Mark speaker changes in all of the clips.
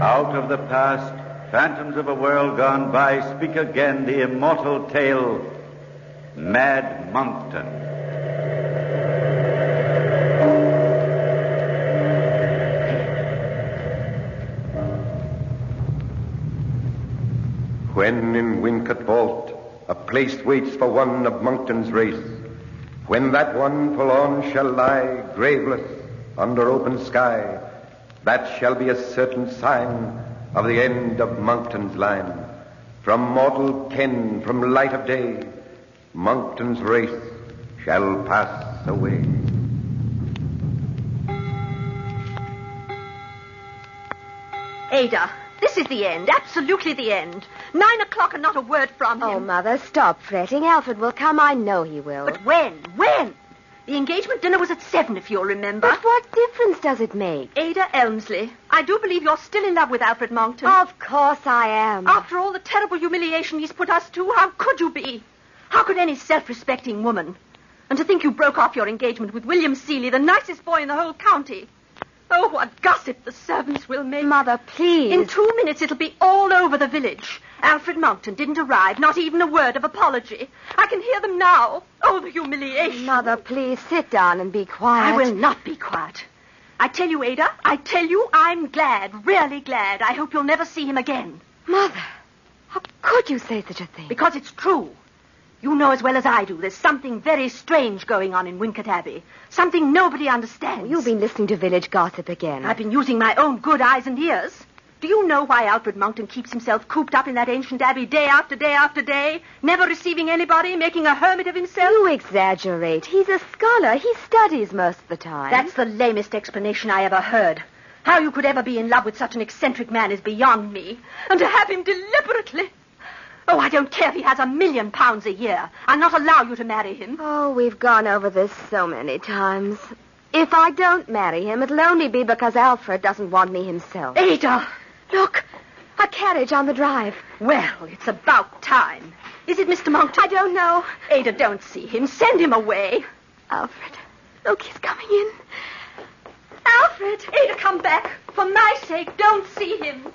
Speaker 1: Out of the past, phantoms of a world gone by, speak again the immortal tale Mad Monkton.
Speaker 2: When in Wincot Vault a place waits for one of Monkton's race, when that one forlorn shall lie graveless under open sky, that shall be a certain sign of the end of Monkton's line. From mortal ken, from light of day, Monkton's race shall pass away.
Speaker 3: Ada, this is the end, absolutely the end. Nine o'clock and not a word from him.
Speaker 4: Oh, Mother, stop fretting. Alfred will come. I know he will.
Speaker 3: But when? When? The engagement dinner was at seven, if you'll remember.
Speaker 4: But what difference does it make?
Speaker 3: Ada Elmsley, I do believe you're still in love with Alfred Monkton.
Speaker 4: Of course I am.
Speaker 3: After all the terrible humiliation he's put us to, how could you be? How could any self-respecting woman? And to think you broke off your engagement with William Seeley, the nicest boy in the whole county. Oh, what gossip the servants will make.
Speaker 4: Mother, please.
Speaker 3: In two minutes, it'll be all over the village. Alfred Monkton didn't arrive, not even a word of apology. I can hear them now. Oh, the humiliation.
Speaker 4: Mother, please sit down and be quiet.
Speaker 3: I will not be quiet. I tell you, Ada, I tell you, I'm glad, really glad. I hope you'll never see him again.
Speaker 4: Mother, how could you say such a thing?
Speaker 3: Because it's true. You know as well as I do, there's something very strange going on in Wincot Abbey. Something nobody understands.
Speaker 4: You've been listening to village gossip again.
Speaker 3: I've been using my own good eyes and ears. Do you know why Alfred Monkton keeps himself cooped up in that ancient abbey day after day after day, never receiving anybody, making a hermit of himself?
Speaker 4: You exaggerate. He's a scholar. He studies most of the time.
Speaker 3: That's the lamest explanation I ever heard. How you could ever be in love with such an eccentric man is beyond me. And to have him deliberately. Oh, I don't care if he has a million pounds a year. I'll not allow you to marry him.
Speaker 4: Oh, we've gone over this so many times. If I don't marry him, it'll only be because Alfred doesn't want me himself.
Speaker 3: Ada!
Speaker 4: Look, a carriage on the drive.
Speaker 3: Well, it's about time. Is it Mr. Monkton?
Speaker 4: I don't know.
Speaker 3: Ada, don't see him. Send him away.
Speaker 4: Alfred, look, he's coming in.
Speaker 3: Alfred! Ada, come back. For my sake, don't see him.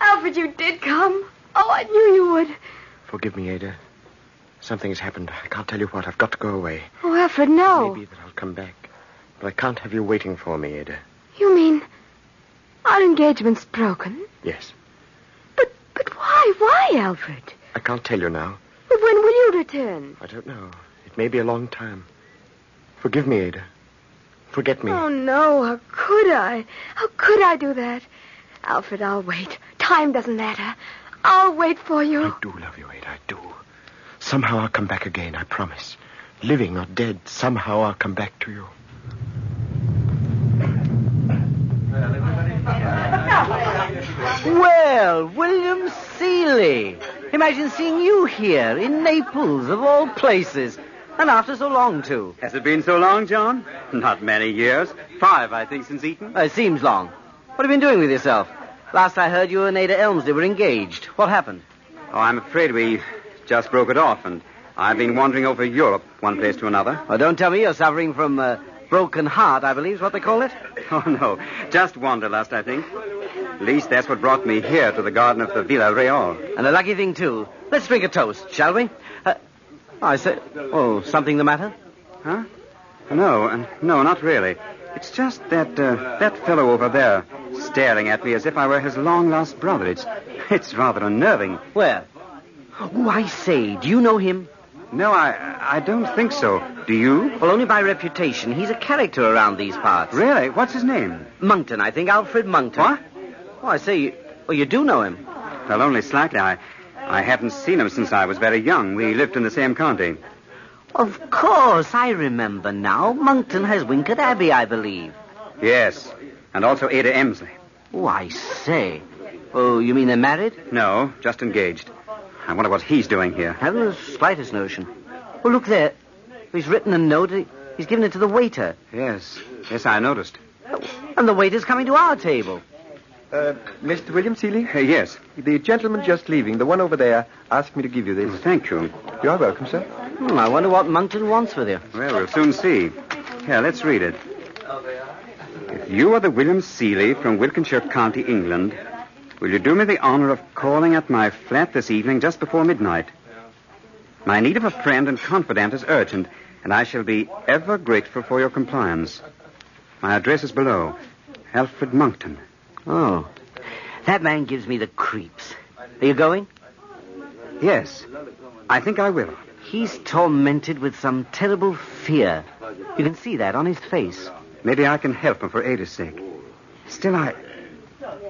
Speaker 4: Alfred, you did come. Oh, I knew you would.
Speaker 5: Forgive me, Ada. Something has happened. I can't tell you what. I've got to go away.
Speaker 4: Oh, Alfred, no.
Speaker 5: Maybe that I'll come back. But I can't have you waiting for me, Ada.
Speaker 4: You mean our engagement's broken?
Speaker 5: Yes.
Speaker 4: But but why? Why, Alfred?
Speaker 5: I can't tell you now.
Speaker 4: But when will you return?
Speaker 5: I don't know. It may be a long time. Forgive me, Ada. Forget me.
Speaker 4: Oh no, how could I? How could I do that? Alfred, I'll wait. Time doesn't matter. I'll wait for you.
Speaker 5: I do love you, Ada. I do. Somehow I'll come back again, I promise. Living or dead, somehow I'll come back to you.
Speaker 6: Well, William Seeley. Imagine seeing you here in Naples, of all places. And after so long, too.
Speaker 7: Has it been so long, John? Not many years. Five, I think, since Eton. Oh,
Speaker 6: It seems long. What have you been doing with yourself? Last I heard, you and Ada Elmsley were engaged. What happened?
Speaker 7: Oh, I'm afraid we just broke it off, and I've been wandering over Europe, one place to another.
Speaker 6: Oh, don't tell me you're suffering from uh, broken heart, I believe is what they call it.
Speaker 7: Oh, no. Just wanderlust, I think. At least that's what brought me here to the garden of the Villa Real.
Speaker 6: And a lucky thing, too. Let's drink a toast, shall we? Uh, I say, oh, something the matter?
Speaker 7: Huh? No, and no, not really. It's just that uh, that fellow over there staring at me as if I were his long lost brother. It's it's rather unnerving.
Speaker 6: Where? Oh, I say, do you know him?
Speaker 7: No, I I don't think so. Do you?
Speaker 6: Well, only by reputation. He's a character around these parts.
Speaker 7: Really? What's his name?
Speaker 6: Monkton, I think. Alfred Monkton.
Speaker 7: What?
Speaker 6: Oh, I say, you, well, you do know him.
Speaker 7: Well, only slightly. I I haven't seen him since I was very young. We lived in the same county.
Speaker 6: Of course, I remember now. Monkton has Wincot Abbey, I believe.
Speaker 7: Yes, and also Ada Emsley.
Speaker 6: Oh, I say. Oh, you mean they're married?
Speaker 7: No, just engaged. I wonder what he's doing here.
Speaker 6: Haven't the slightest notion. Well, look there. He's written a note. He- He's given it to the waiter.
Speaker 7: Yes, yes, I noticed.
Speaker 6: And the waiter's coming to our table.
Speaker 2: Uh, Mr. William Seeley?
Speaker 7: Uh, yes.
Speaker 2: The gentleman just leaving, the one over there, asked me to give you this.
Speaker 7: Thank you.
Speaker 2: You're welcome, sir.
Speaker 6: Hmm, I wonder what Monkton wants with you.
Speaker 7: Well, we'll soon see. Here, let's read it. If you are the William Seeley from Wilkinshire County, England, will you do me the honor of calling at my flat this evening just before midnight? My need of a friend and confidant is urgent, and I shall be ever grateful for your compliance. My address is below Alfred Monkton.
Speaker 6: Oh. That man gives me the creeps. Are you going?
Speaker 7: Yes, I think I will.
Speaker 6: He's tormented with some terrible fear. You can see that on his face.
Speaker 7: Maybe I can help him for Ada's sake. Still, I.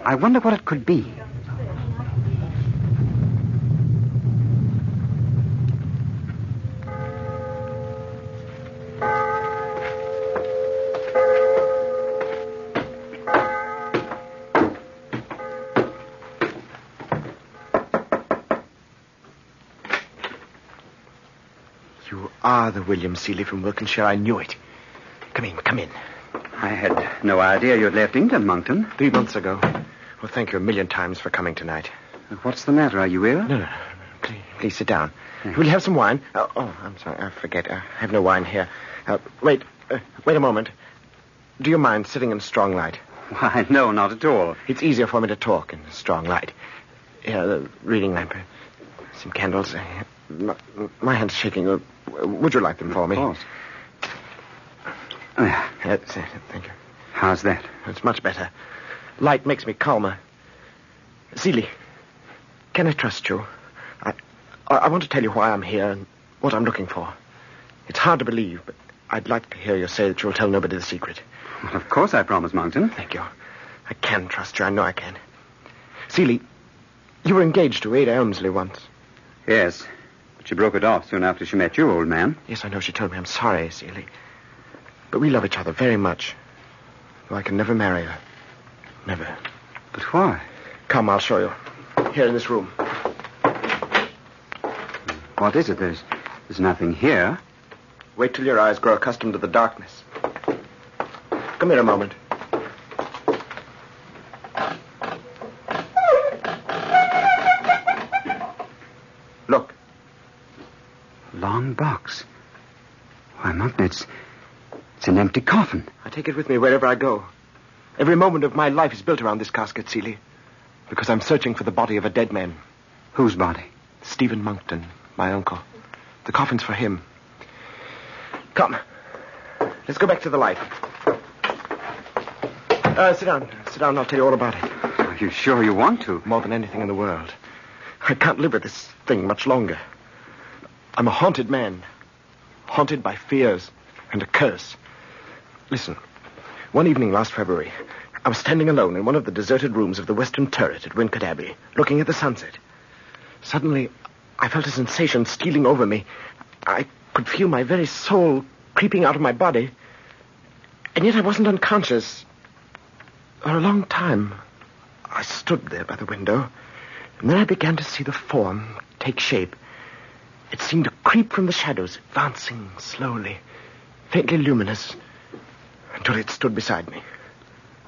Speaker 7: I wonder what it could be.
Speaker 5: You are the William Seeley from Wilkinshire. I knew it. Come in, come in.
Speaker 7: I had no idea you'd left England, Monkton.
Speaker 5: Three months ago. Well, thank you a million times for coming tonight.
Speaker 7: What's the matter? Are you ill?
Speaker 5: No, no, no. Please, please sit down. Will you have some wine? Oh, oh, I'm sorry. I forget. I have no wine here. Uh, wait. Uh, wait a moment. Do you mind sitting in strong light?
Speaker 7: Why, no, not at all.
Speaker 5: It's easier for me to talk in strong light. Here, the reading lamp. uh, Some candles. Uh, My, my hand's shaking. Uh, Would you like them for me?
Speaker 7: Of course. There.
Speaker 5: That's it. uh, Thank you.
Speaker 7: How's that?
Speaker 5: It's much better. Light makes me calmer. Seeley, can I trust you? I, I, I want to tell you why I'm here and what I'm looking for. It's hard to believe, but I'd like to hear you say that you'll tell nobody the secret.
Speaker 7: Well, of course I promise, Monkton.
Speaker 5: Thank you. I can trust you. I know I can. Seeley, you were engaged to Ada Elmsley once.
Speaker 7: Yes. But she broke it off soon after she met you, old man.
Speaker 5: Yes, I know she told me. I'm sorry, Seeley. But we love each other very much. Though I can never marry her. Never.
Speaker 7: But why?
Speaker 5: Come, I'll show you. Here in this room.
Speaker 7: What is it? There's, there's nothing here.
Speaker 5: Wait till your eyes grow accustomed to the darkness. Come here a moment. Look,
Speaker 7: Long box. Why, Monkton, it's, it's an empty coffin.
Speaker 5: I take it with me wherever I go. Every moment of my life is built around this casket, Seeley, because I'm searching for the body of a dead man.
Speaker 7: Whose body?
Speaker 5: Stephen Monkton, my uncle. The coffin's for him. Come. Let's go back to the light. Uh, sit down. Sit down. I'll tell you all about it.
Speaker 7: Are you sure you want to?
Speaker 5: More than anything in the world. I can't live with this thing much longer. I'm a haunted man. Haunted by fears and a curse. Listen. One evening last February, I was standing alone in one of the deserted rooms of the western turret at Wincot Abbey, looking at the sunset. Suddenly, I felt a sensation stealing over me. I could feel my very soul creeping out of my body. And yet I wasn't unconscious. For a long time, I stood there by the window, and then I began to see the form take shape. It seemed to creep from the shadows, advancing slowly, faintly luminous, until it stood beside me.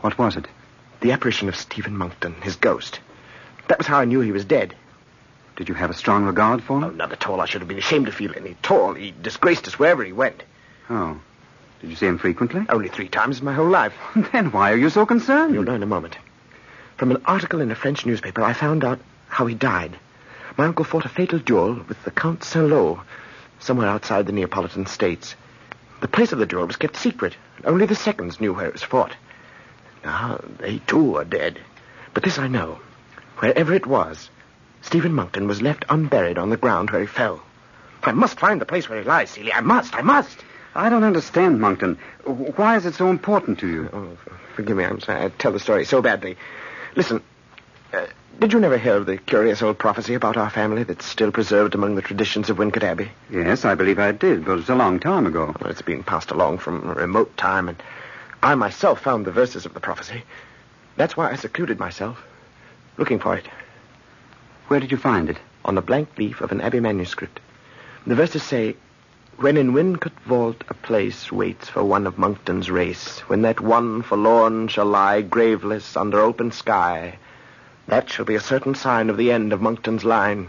Speaker 7: What was it?
Speaker 5: The apparition of Stephen Monkton, his ghost. That was how I knew he was dead.
Speaker 7: Did you have a strong regard for
Speaker 5: Oh,
Speaker 7: him?
Speaker 5: not at all. I should have been ashamed to feel any at all. He disgraced us wherever he went.
Speaker 7: Oh. Did you see him frequently?
Speaker 5: Only three times in my whole life.
Speaker 7: Then why are you so concerned?
Speaker 5: You'll know in a moment. From an article in a French newspaper, I found out how he died. My uncle fought a fatal duel with the Count Saint-Lô, somewhere outside the Neapolitan states. The place of the duel was kept secret. Only the seconds knew where it was fought. Now, they too are dead. But this I know. Wherever it was, Stephen Monkton was left unburied on the ground where he fell. I must find the place where he lies, Celia. I must, I must.
Speaker 7: I don't understand, Monkton. W- Why is it so important to you?
Speaker 5: Oh, forgive me. I'm sorry. I tell the story so badly. Listen, uh, did you never hear of the curious old prophecy about our family that's still preserved among the traditions of Wincot Abbey?
Speaker 7: Yes, I believe I did, but it was a long time ago.
Speaker 5: Well, it's been passed along from a remote time, and I myself found the verses of the prophecy. That's why I secluded myself, looking for it
Speaker 7: Where did you find it?
Speaker 5: on the blank leaf of an Abbey manuscript. The verses say, When in Wincot vault a place waits for one of Monkton's race, when that one forlorn shall lie graveless under open sky, that shall be a certain sign of the end of Monkton's line.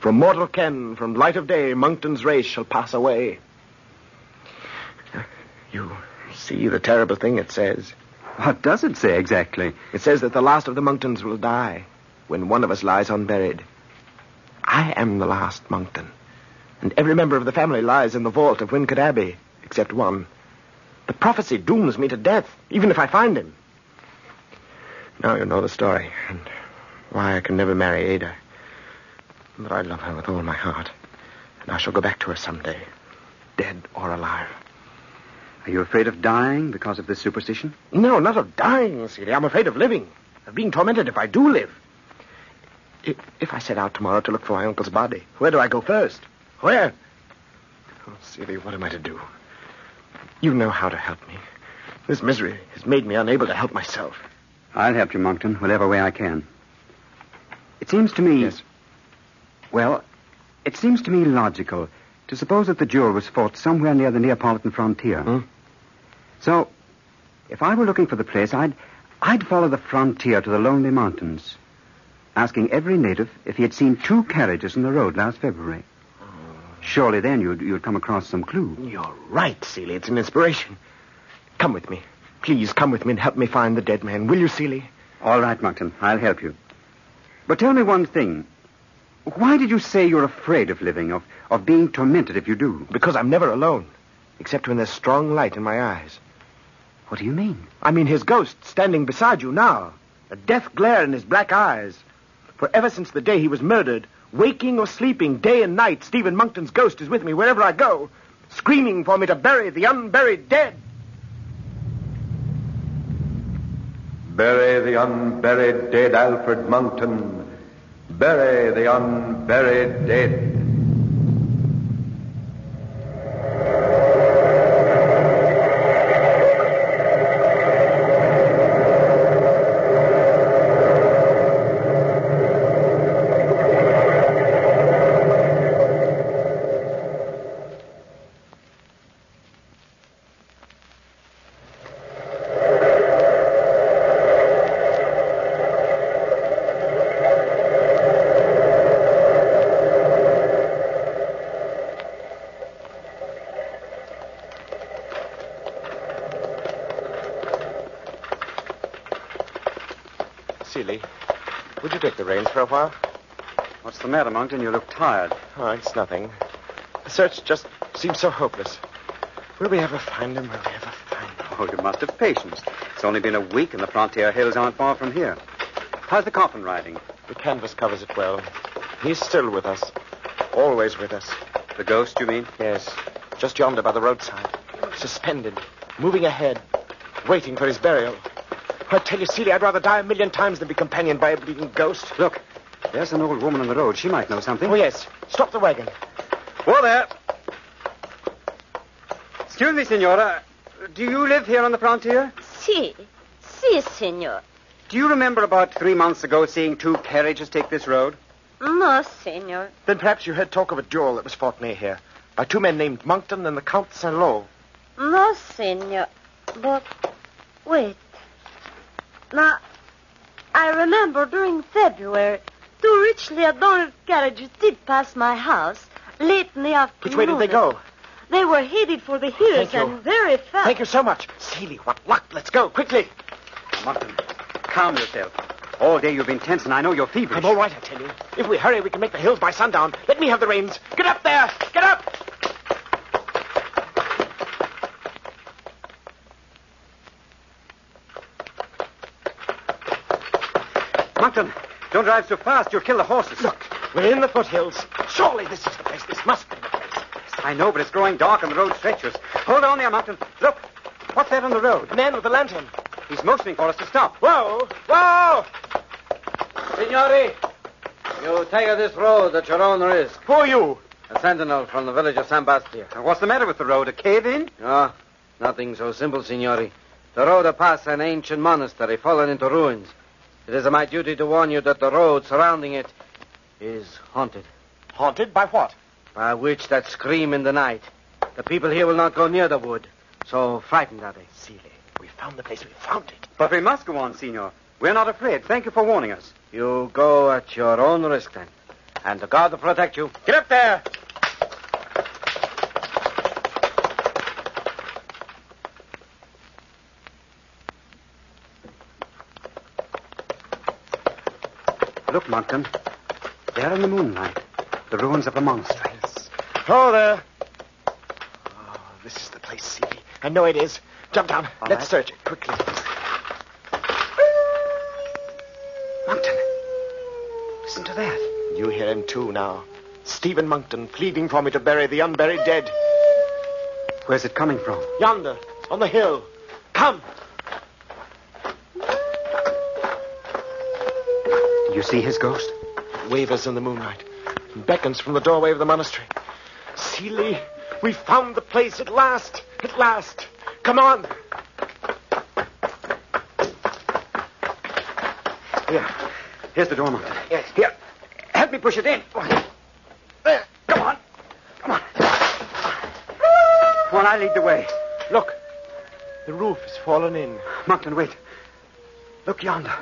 Speaker 5: From mortal ken, from light of day, Monkton's race shall pass away. You see the terrible thing it says.
Speaker 6: What does it say exactly?
Speaker 5: It says that the last of the Monktons will die when one of us lies unburied. I am the last Monkton, and every member of the family lies in the vault of Wincot Abbey, except one. The prophecy dooms me to death, even if I find him. Now you know the story, and why I can never marry Ada. But I love her with all my heart, and I shall go back to her some day, dead or alive.
Speaker 6: Are you afraid of dying because of this superstition?
Speaker 5: No, not of dying, Celia. I'm afraid of living, of being tormented if I do live. If, if I set out tomorrow to look for my uncle's body, where do I go first? Where? Oh, Celia, what am I to do? You know how to help me. This misery has made me unable to help myself.
Speaker 6: I'll help you, Monkton, whatever way I can. It seems to me.
Speaker 5: Yes.
Speaker 6: Well, it seems to me logical to suppose that the duel was fought somewhere near the Neapolitan frontier.
Speaker 5: Hmm?
Speaker 6: So, if I were looking for the place, I'd, I'd follow the frontier to the Lonely Mountains, asking every native if he had seen two carriages on the road last February. Surely then you'd, you'd come across some clue.
Speaker 5: You're right, Celia. It's an inspiration. Come with me. Please come with me and help me find the dead man, will you, Celia?
Speaker 6: All right, Monkton, I'll help you. But tell me one thing. Why did you say you're afraid of living, of, of being tormented if you do?
Speaker 5: Because I'm never alone, except when there's strong light in my eyes.
Speaker 6: What do you mean?
Speaker 5: I mean his ghost standing beside you now, a death glare in his black eyes. For ever since the day he was murdered, waking or sleeping, day and night, Stephen Monkton's ghost is with me wherever I go, screaming for me to bury the unburied dead.
Speaker 2: Bury the unburied dead Alfred Monkton. Bury the unburied dead.
Speaker 5: Seeley, would you take the reins for a while?
Speaker 6: What's the matter, Monkton? You look tired.
Speaker 5: Oh, it's nothing. The search just seems so hopeless. Will we ever find him? Will we ever find him?
Speaker 6: Oh, you must have patience. It's only been a week, and the frontier hills aren't far from here. How's the coffin riding?
Speaker 5: The canvas covers it well. He's still with us. Always with us.
Speaker 6: The ghost, you mean?
Speaker 5: Yes. Just yonder by the roadside. Suspended. Moving ahead. Waiting for his burial. I tell you, Celia, I'd rather die a million times than be companioned by a bleeding ghost.
Speaker 6: Look, there's an old woman on the road. She might know something.
Speaker 5: Oh, yes. Stop the wagon.
Speaker 6: Whoa there. Excuse me, Senora. Do you live here on the frontier?
Speaker 8: Si, si, senor.
Speaker 6: Do you remember about three months ago seeing two carriages take this road?
Speaker 8: No, senor.
Speaker 5: Then perhaps you heard talk of a duel that was fought near here by two men named Monkton and the Count Saint Lo.
Speaker 8: No, senor. But wait. Now, I remember during February, two richly adorned carriages did pass my house late in the afternoon.
Speaker 5: Which way did they go?
Speaker 8: They were headed for the hills
Speaker 5: Thank you.
Speaker 8: and very fast.
Speaker 5: Thank you so much. Celia, what luck. Let's go, quickly.
Speaker 6: Martin, calm yourself. All day you've been tense, and I know you're feverish.
Speaker 5: I'm all right, I tell you. If we hurry, we can make the hills by sundown. Let me have the reins. Get up there. Get up.
Speaker 6: Monkton, don't drive so fast. You'll kill the horses.
Speaker 5: Look, we're in the foothills. Surely this is the place. This must be the place.
Speaker 6: I know, but it's growing dark and the road's treacherous. Hold on there, Monkton. Look, what's that on the road?
Speaker 5: The man with the lantern.
Speaker 6: He's motioning for us to stop.
Speaker 5: Whoa! Whoa!
Speaker 9: Signori, you take this road at your own risk.
Speaker 5: Who are you?
Speaker 9: A sentinel from the village of San Bastia.
Speaker 6: What's the matter with the road? A cave in?
Speaker 9: Ah, nothing so simple, signori. The road passes an ancient monastery fallen into ruins. It is my duty to warn you that the road surrounding it is haunted.
Speaker 5: Haunted by what?
Speaker 9: By which that scream in the night. The people here will not go near the wood. So frightened are they.
Speaker 5: Seeley, we found the place. We found it.
Speaker 6: But we must go on, Senor. We're not afraid. Thank you for warning us.
Speaker 9: You go at your own risk then. And the God will protect you.
Speaker 6: Get up there! Look, Monkton. There in the moonlight, the ruins of a monastery.
Speaker 5: Hello there. Oh, this is the place, Seeley. I know it is. Jump down.
Speaker 6: All
Speaker 5: Let's
Speaker 6: right.
Speaker 5: search it quickly. Monkton. Listen to that. You hear him too now. Stephen Monkton pleading for me to bury the unburied dead.
Speaker 6: Where's it coming from?
Speaker 5: Yonder, on the hill. Come.
Speaker 6: You see his ghost?
Speaker 5: Wavers in the moonlight. Beckons from the doorway of the monastery. Seeley, we found the place at last. At last. Come on. Here.
Speaker 6: Here's the door, Monkton.
Speaker 5: Yes. Here.
Speaker 6: Help me push it in.
Speaker 5: There. Come on.
Speaker 6: While I lead the way.
Speaker 5: Look. The roof has fallen in.
Speaker 6: Monkton, wait. Look yonder.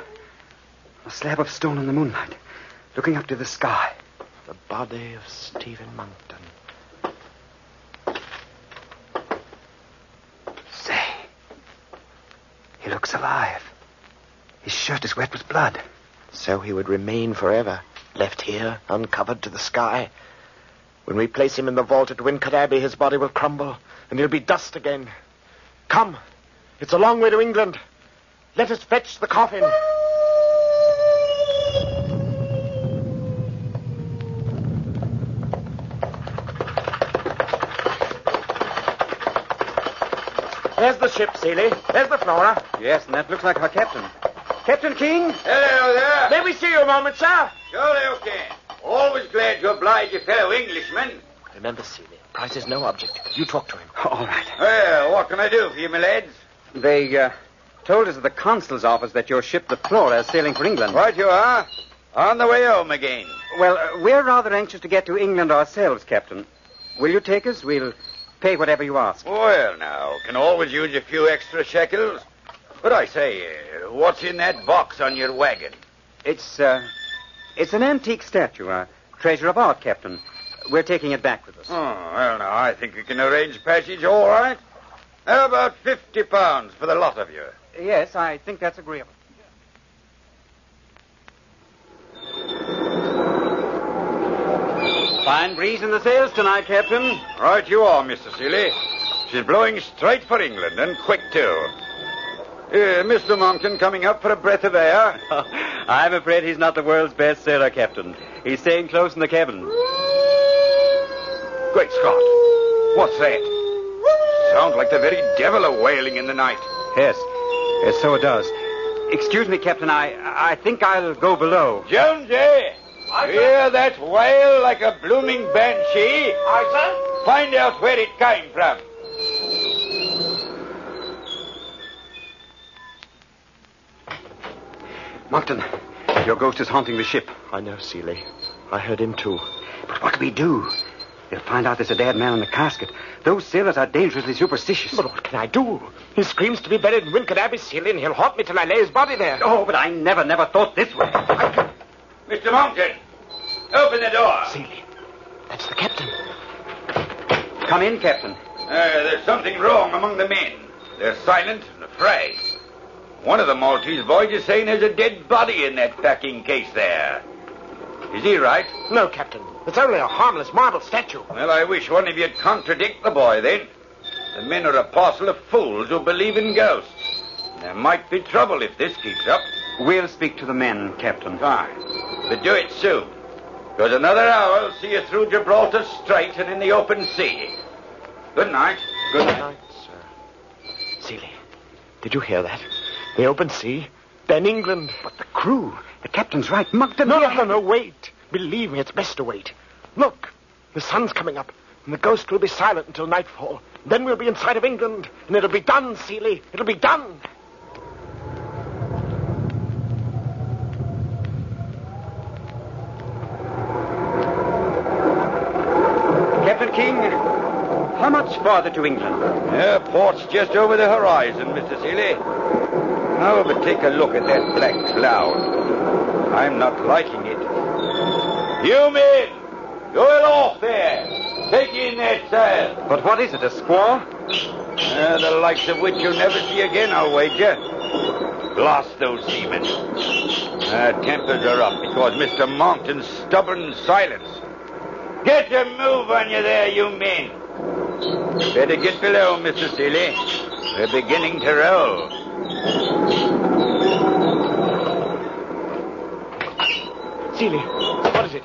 Speaker 6: A slab of stone in the moonlight, looking up to the sky.
Speaker 5: The body of Stephen Monkton.
Speaker 6: Say, he looks alive. His shirt is wet with blood.
Speaker 5: So he would remain forever, left here, uncovered to the sky. When we place him in the vault at Wincot Abbey, his body will crumble, and he'll be dust again. Come, it's a long way to England. Let us fetch the coffin. There's the ship, Seeley. There's the Flora.
Speaker 6: Yes, and that looks like her captain.
Speaker 5: Captain King,
Speaker 7: Hello there.
Speaker 5: may we see you a moment, sir?
Speaker 7: Surely okay. Always glad to oblige a fellow Englishman.
Speaker 5: Remember, Celia, price is no object. You talk to him.
Speaker 6: All right.
Speaker 7: Well, what can I do for you, my lads?
Speaker 6: They uh, told us at the consul's office that your ship, the Flora, is sailing for England.
Speaker 7: Right you are. On the way home again.
Speaker 6: Well, uh, we're rather anxious to get to England ourselves, Captain. Will you take us? We'll pay whatever you ask.
Speaker 7: Well, now, can always use a few extra shekels. But I say, uh, what's in that box on your wagon?
Speaker 6: It's uh, it's an antique statue, a treasure of art, Captain. We're taking it back with us.
Speaker 7: Oh, well, now, I think we can arrange passage all right. How about 50 pounds for the lot of you?
Speaker 6: Yes, I think that's agreeable. Fine breeze in the sails tonight, Captain.
Speaker 7: Right you are, Mr. Seeley. She's blowing straight for England, and quick, too. Uh, Mr. Monkton coming up for a breath of air.
Speaker 6: I'm afraid he's not the world's best sailor, Captain. He's staying close in the cabin.
Speaker 7: Great Scott. What's that? Sounds like the very devil a wailing in the night.
Speaker 6: Yes. yes so it does. Excuse me, Captain. I I think I'll go below.
Speaker 7: Jonesy! Hear that wail like a blooming banshee? Aye, sir. Find out where it came from.
Speaker 6: Monkton, your ghost is haunting the ship.
Speaker 5: I know, Seeley. I heard him too.
Speaker 6: But what do we do? They'll find out there's a dead man in the casket. Those sailors are dangerously superstitious.
Speaker 5: But what can I do? He screams to be buried in Wincot Abbey, Seeley, and he'll haunt me till I lay his body there.
Speaker 6: Oh, but I never, never thought this way.
Speaker 7: Mr. Monkton, open the door.
Speaker 5: Seeley, that's the captain.
Speaker 6: Come in, Captain.
Speaker 7: Uh, there's something wrong among the men. They're silent and afraid. One of the Maltese boys is saying there's a dead body in that packing case there. Is he right?
Speaker 5: No, Captain. It's only a harmless marble statue.
Speaker 7: Well, I wish one of you'd contradict the boy then. The men are a parcel of fools who believe in ghosts. There might be trouble if this keeps up.
Speaker 6: We'll speak to the men, Captain.
Speaker 7: Fine. But do it soon. Because another hour will see you through Gibraltar Strait and in the open sea. Good night. Good night.
Speaker 5: sir. Seeley, did you hear that? The open sea, then England.
Speaker 6: But the crew. The captain's right. Monkton.
Speaker 5: No, no, no, no, wait. Believe me, it's best to wait. Look, the sun's coming up, and the ghost will be silent until nightfall. Then we'll be in sight of England, and it'll be done, Seeley. It'll be done.
Speaker 6: Captain King. How much farther to England?
Speaker 7: Yeah, port's just over the horizon, Mr. Seeley. Now, but take a look at that black cloud. I'm not liking it. You men, go aloft there. Take in that sail.
Speaker 9: But what is it, a squall?
Speaker 7: Uh, the likes of which you'll never see again, I'll wager. Blast those seamen. Uh, tempers are up because Mr. Monckton's stubborn silence. Get a move on you there, you men. Better get below, Mr. Seeley. We're beginning to roll.
Speaker 5: Seeley, what is it?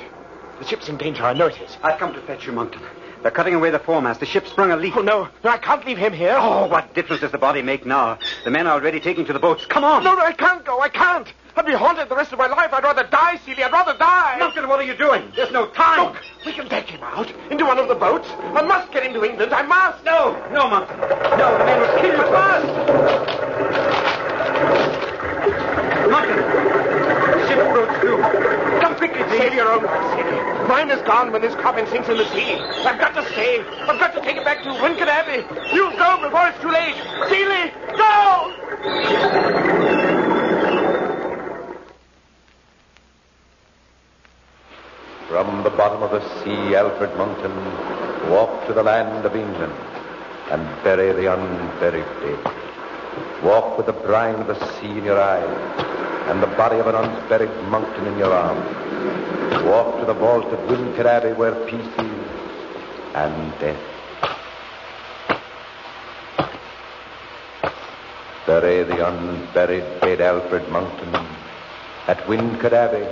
Speaker 5: The ship's in danger. I know it is.
Speaker 6: I've come to fetch you, Monckton. They're cutting away the foremast. The ship sprung a leak.
Speaker 5: Oh, no. No, I can't leave him here.
Speaker 6: Oh, what difference does the body make now? The men are already taking to the boats. Come on!
Speaker 5: No, no, I can't go. I can't. I'd be haunted the rest of my life. I'd rather die, Celia. I'd rather die.
Speaker 6: Monckton, what are you doing? There's no time.
Speaker 5: Look, we can take him out into one of the boats. I must get him to England. I must.
Speaker 6: No, no, Monckton. No, the man will kill you. I must. Monckton, the ship broke through. Come quickly, please.
Speaker 5: Save your own life, Celia. Mine is gone when this coffin sinks in the sea. I've got to save. I've got to take it back to Lincoln Abbey. You go before it's too late. Celia, go!
Speaker 2: From the bottom of the sea, Alfred Monckton walked to the land of England and bury the unburied dead. Walk with the brine of the sea in your eyes and the body of an unburied Monckton in your arms. Walk to the vault of Windsor Abbey where peace is and death. Bury the unburied dead Alfred Monckton at Windcard Abbey,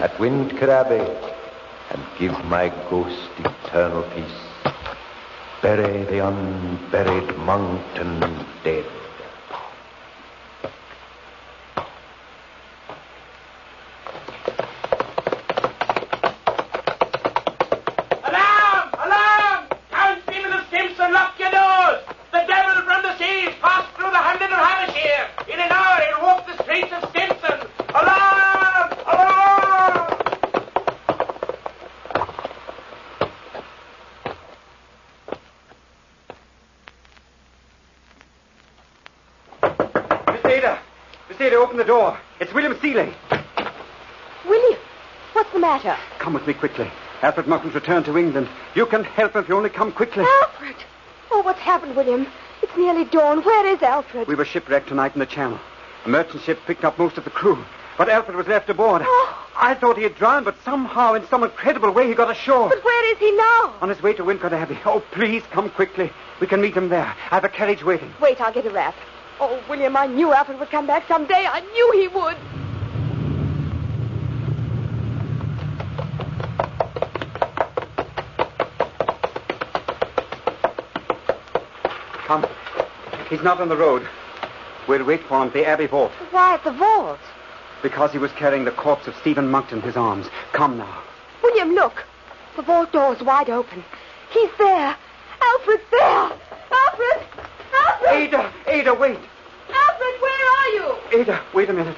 Speaker 2: at Windcard Abbey, and give my ghost eternal peace. Bury the unburied Monckton dead.
Speaker 5: Alarm! Alarm! Count Stephen of Simpson, lock your doors! The devil from the seas passed through the hundred of Hampshire. In an hour he'll walk the streets of Simpson. Alarm! Alarm!
Speaker 6: Miss Ada! Miss Ada, open the door. It's William Seeley.
Speaker 4: William, what's the matter?
Speaker 6: Come with me quickly. Alfred Monckton's returned to England. You can help if you only come quickly.
Speaker 4: Alfred! Oh, what's happened, William? It's nearly dawn. Where is Alfred?
Speaker 6: We were shipwrecked tonight in the channel. A merchant ship picked up most of the crew, but Alfred was left aboard.
Speaker 4: Oh.
Speaker 6: I thought he had drowned, but somehow, in some incredible way, he got ashore.
Speaker 4: But where is he now?
Speaker 6: On his way to Wincott Abbey. Oh, please come quickly. We can meet him there. I've a carriage waiting.
Speaker 4: Wait, I'll get a wrap. Oh, William, I knew Alfred would come back someday. I knew he would.
Speaker 6: Come. He's not on the road. We'll wait for him at the Abbey vault
Speaker 4: Why at the vault?
Speaker 6: because he was carrying the corpse of Stephen Monckton in his arms. Come now.
Speaker 4: William, look. The vault door's wide open. He's there. Alfred's there. Alfred! Alfred!
Speaker 6: Ada, Ada, wait.
Speaker 4: Alfred, where are you?
Speaker 6: Ada, wait a minute.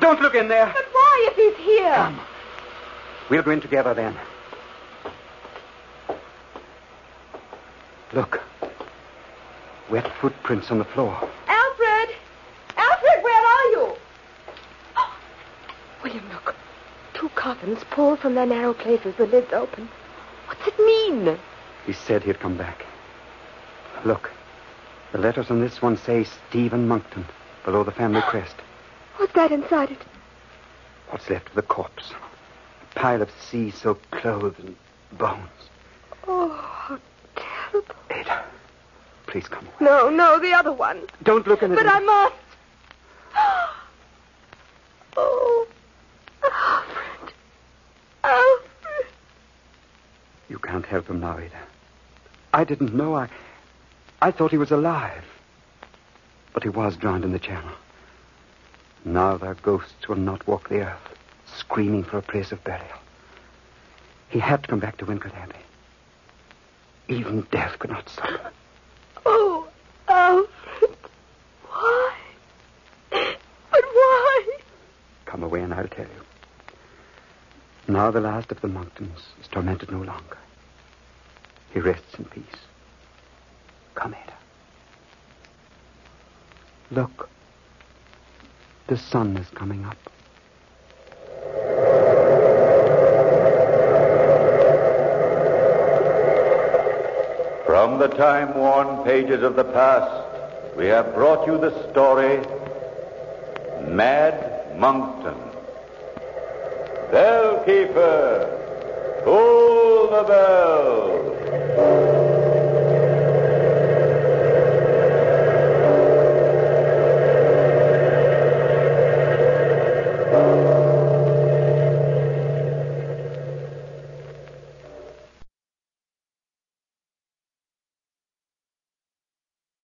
Speaker 6: Don't look in there.
Speaker 4: But why if he's here?
Speaker 6: Come. We'll go in together then. Look. Wet footprints on the floor.
Speaker 4: Alfred! Alfred, where are you? Oh, William, look. Two coffins pulled from their narrow places, the lids open. What's it mean?
Speaker 6: He said he'd come back. Look. The letters on this one say Stephen Monkton below the family crest.
Speaker 4: What's that inside it?
Speaker 6: What's left of the corpse? A pile of sea soaked clothes and bones.
Speaker 4: Oh, how terrible.
Speaker 6: Ada, please come away.
Speaker 4: No, no, the other one.
Speaker 6: Don't look in it.
Speaker 4: But I must. Oh, Alfred. Alfred.
Speaker 6: You can't help him now, Ada. I didn't know. I, I thought he was alive. But he was drowned in the channel. Now their ghosts will not walk the earth, screaming for a place of burial. He had to come back to Wincott Abbey. Even death could not stop him.
Speaker 4: Oh, Alfred. Why? But why?
Speaker 6: Come away and I'll tell you. Now the last of the Monktons is tormented no longer. He rests in peace. Come, Ada. Look. The sun is coming up.
Speaker 7: From the time worn pages of the past, we have brought you the story Mad Monkton. Bellkeeper, pull the bell.